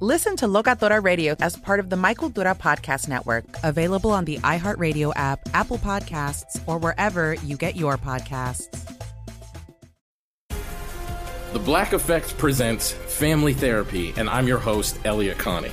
Listen to Locatora Radio as part of the Michael Dura Podcast Network, available on the iHeartRadio app, Apple Podcasts, or wherever you get your podcasts. The Black Effect presents Family Therapy, and I'm your host, Elia Connie.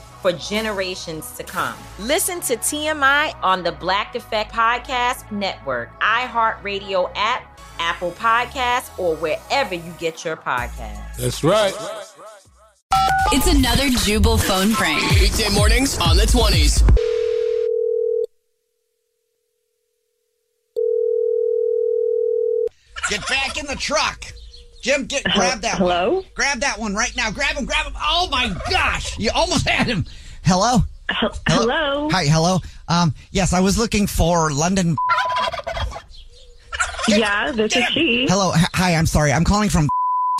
for generations to come. Listen to TMI on the Black Effect Podcast Network, iHeartRadio app, Apple Podcasts, or wherever you get your podcasts. That's right. It's another Jubal phone prank. Weekday mornings on the 20s. Get back in the truck. Jim, get grab that Hello? one. Grab that one right now. Grab him, grab him. Oh my gosh. You almost had him. Hello? Hello? Hi, hello. Um, yes, I was looking for London. Yeah, this is she. Hello. H- Hi, I'm sorry. I'm calling from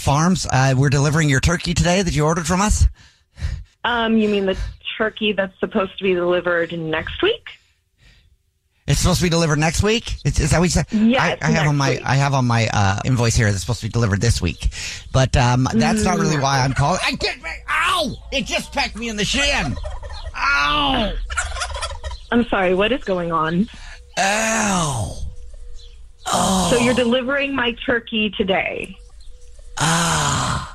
Farms. Uh, we're delivering your turkey today that you ordered from us. Um, you mean the turkey that's supposed to be delivered next week? It's supposed to be delivered next week. Is, is that what you said? Yes, I, I have on next my week. I have on my uh, invoice here. That's supposed to be delivered this week, but um, that's not Mm. really why I'm calling. I get me. Ow! It just pecked me in the shin. Ow! I'm sorry, what is going on? Ow! So you're delivering my turkey today. I'm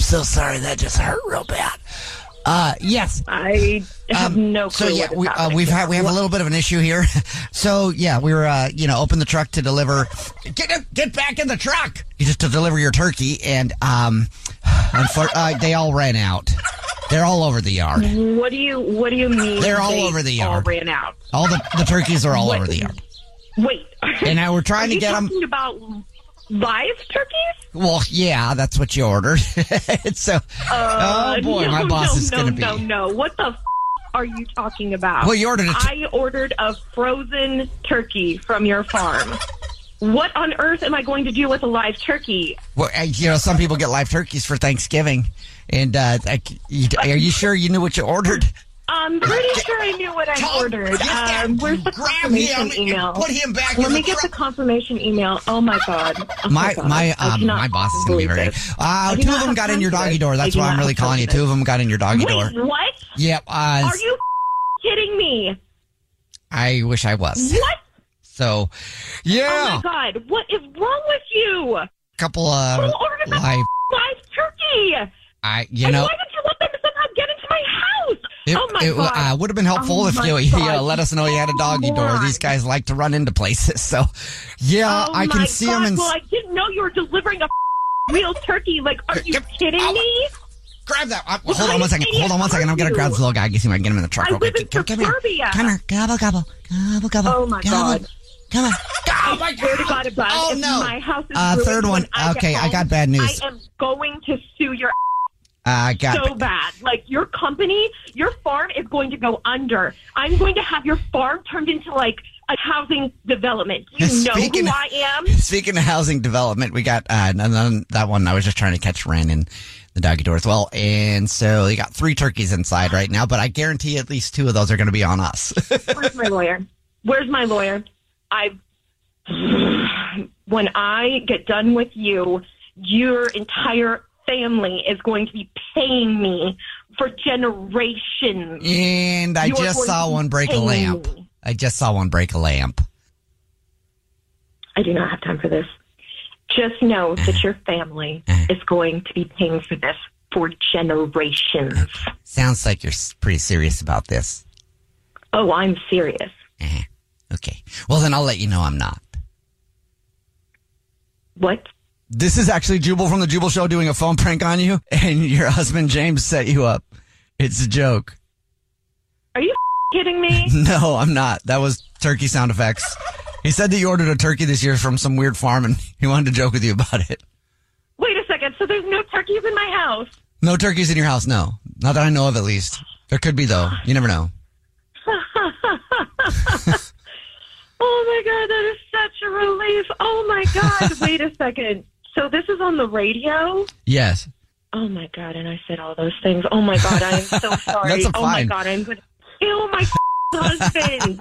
so sorry. That just hurt real bad. Uh, yes. I have Um, no So clue yeah, what is we, uh, happening. we've had we have a little bit of an issue here. so yeah, we were uh, you know open the truck to deliver. Get up, get back in the truck. Just to deliver your turkey, and um, unfor- uh, they all ran out. They're all over the yard. What do you What do you mean? They're all they over the All yard. ran out. All the, the turkeys are all What? over the yard. Wait. And now we're trying Are to you get them. talking about live turkeys? Well, yeah, that's what you ordered. so, oh boy, Uh, no, my boss no, is no, going to be. No, no, what the f- are you talking about? Well, you ordered a t- I ordered a frozen turkey from your farm. what on earth am I going to do with a live turkey? Well, uh, you know, some people get live turkeys for Thanksgiving, and uh, I c- you- are you sure you knew what you ordered? I'm pretty sure I knew what I ordered. Um, where's the confirmation email? him back. Let me get the confirmation email. Oh my god! Oh My God. my I um, cannot my boss is going to be believe very. this. Uh, I do two of not them have got in your time for doggy this. door. That's I do why not I'm really have calling time you. for Two of them got in your doggy Wait, door. what? Yep. Uh, Are you f- kidding me? I wish I was. What? So, Oh yeah, my god! What is wrong with you? couple of Who ordered a live. live turkey? I you and know. why did you let them somehow get into my house? It, oh my it, god! Uh, would have been helpful Oh if my you, you God. know, let us know you had a doggy door. Moron. These guys like to run into places. So, yeah, oh I my can see god. them. And well, I didn't know you were delivering a real turkey. Like, are you Get- kidding ow. me? grab that. Uh, What hold on kind one of second. idiot Hold on one second. I'm are gonna grab you? this little guy. You see if I can get him in the truck. I real live quick. in suburbia. Come here. Gobble gobble. Gobble gobble. Oh my gobble. God. Come on. Oh my Swear to God, above. Oh if no. My house is Uh, ruined third one. when I get Okay, I home, got bad news. I am going to sue your I got. so bad. Like your company, your farm is going to go under. I'm going to have your farm turned into like a housing development. You know Speaking- who I am. Speaking of housing development, we got uh, and then that one. I was just trying to catch Ren in the doggy door as well, and so you got three turkeys inside right now. But I guarantee at least two of those are going to be on us. Where's my lawyer? Where's my lawyer? I. When I get done with you, your entire family is going to be paying me for generations. and I You are just going saw to one break a pay lamp. me. I just saw one break a lamp. I do not have time for this. Just know Eh. that your family is going to be paying for this for generations. Sounds like you're s- pretty serious about this. Uh-huh. Oh, I'm serious. Okay. Well, then I'll let you know I'm not. What? This is actually Jubal from the Jubal Show doing a phone prank on you, and your husband James set you up. It's a joke. Are you kidding me? No, I'm not. That was turkey sound effects. He said that you ordered a turkey this year from some weird farm, and he wanted to joke with you about it. Wait a second. So there's no turkeys in my house. No turkeys in your house? No. Not that I know of, at least. There could be, though. You never know. Oh my god, that is such a relief. Oh my god, wait a second. So this is on the radio? Yes. Oh my god, and I said all those things. Oh my god, I am so sorry. That's a oh my fine. god, I'm gonna kill my husband.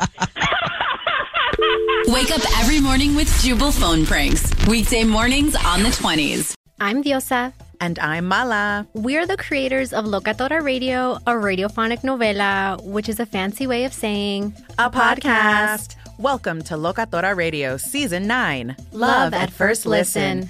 Wake up every morning with Jubal phone pranks. Weekday mornings on the 20s. I'm Diosa. And I'm Mala. We are the creators of Locatora Radio, a radiophonic novela, which is a fancy way of saying A podcast. Welcome to Locatora Radio Season 9 Love at First Listen.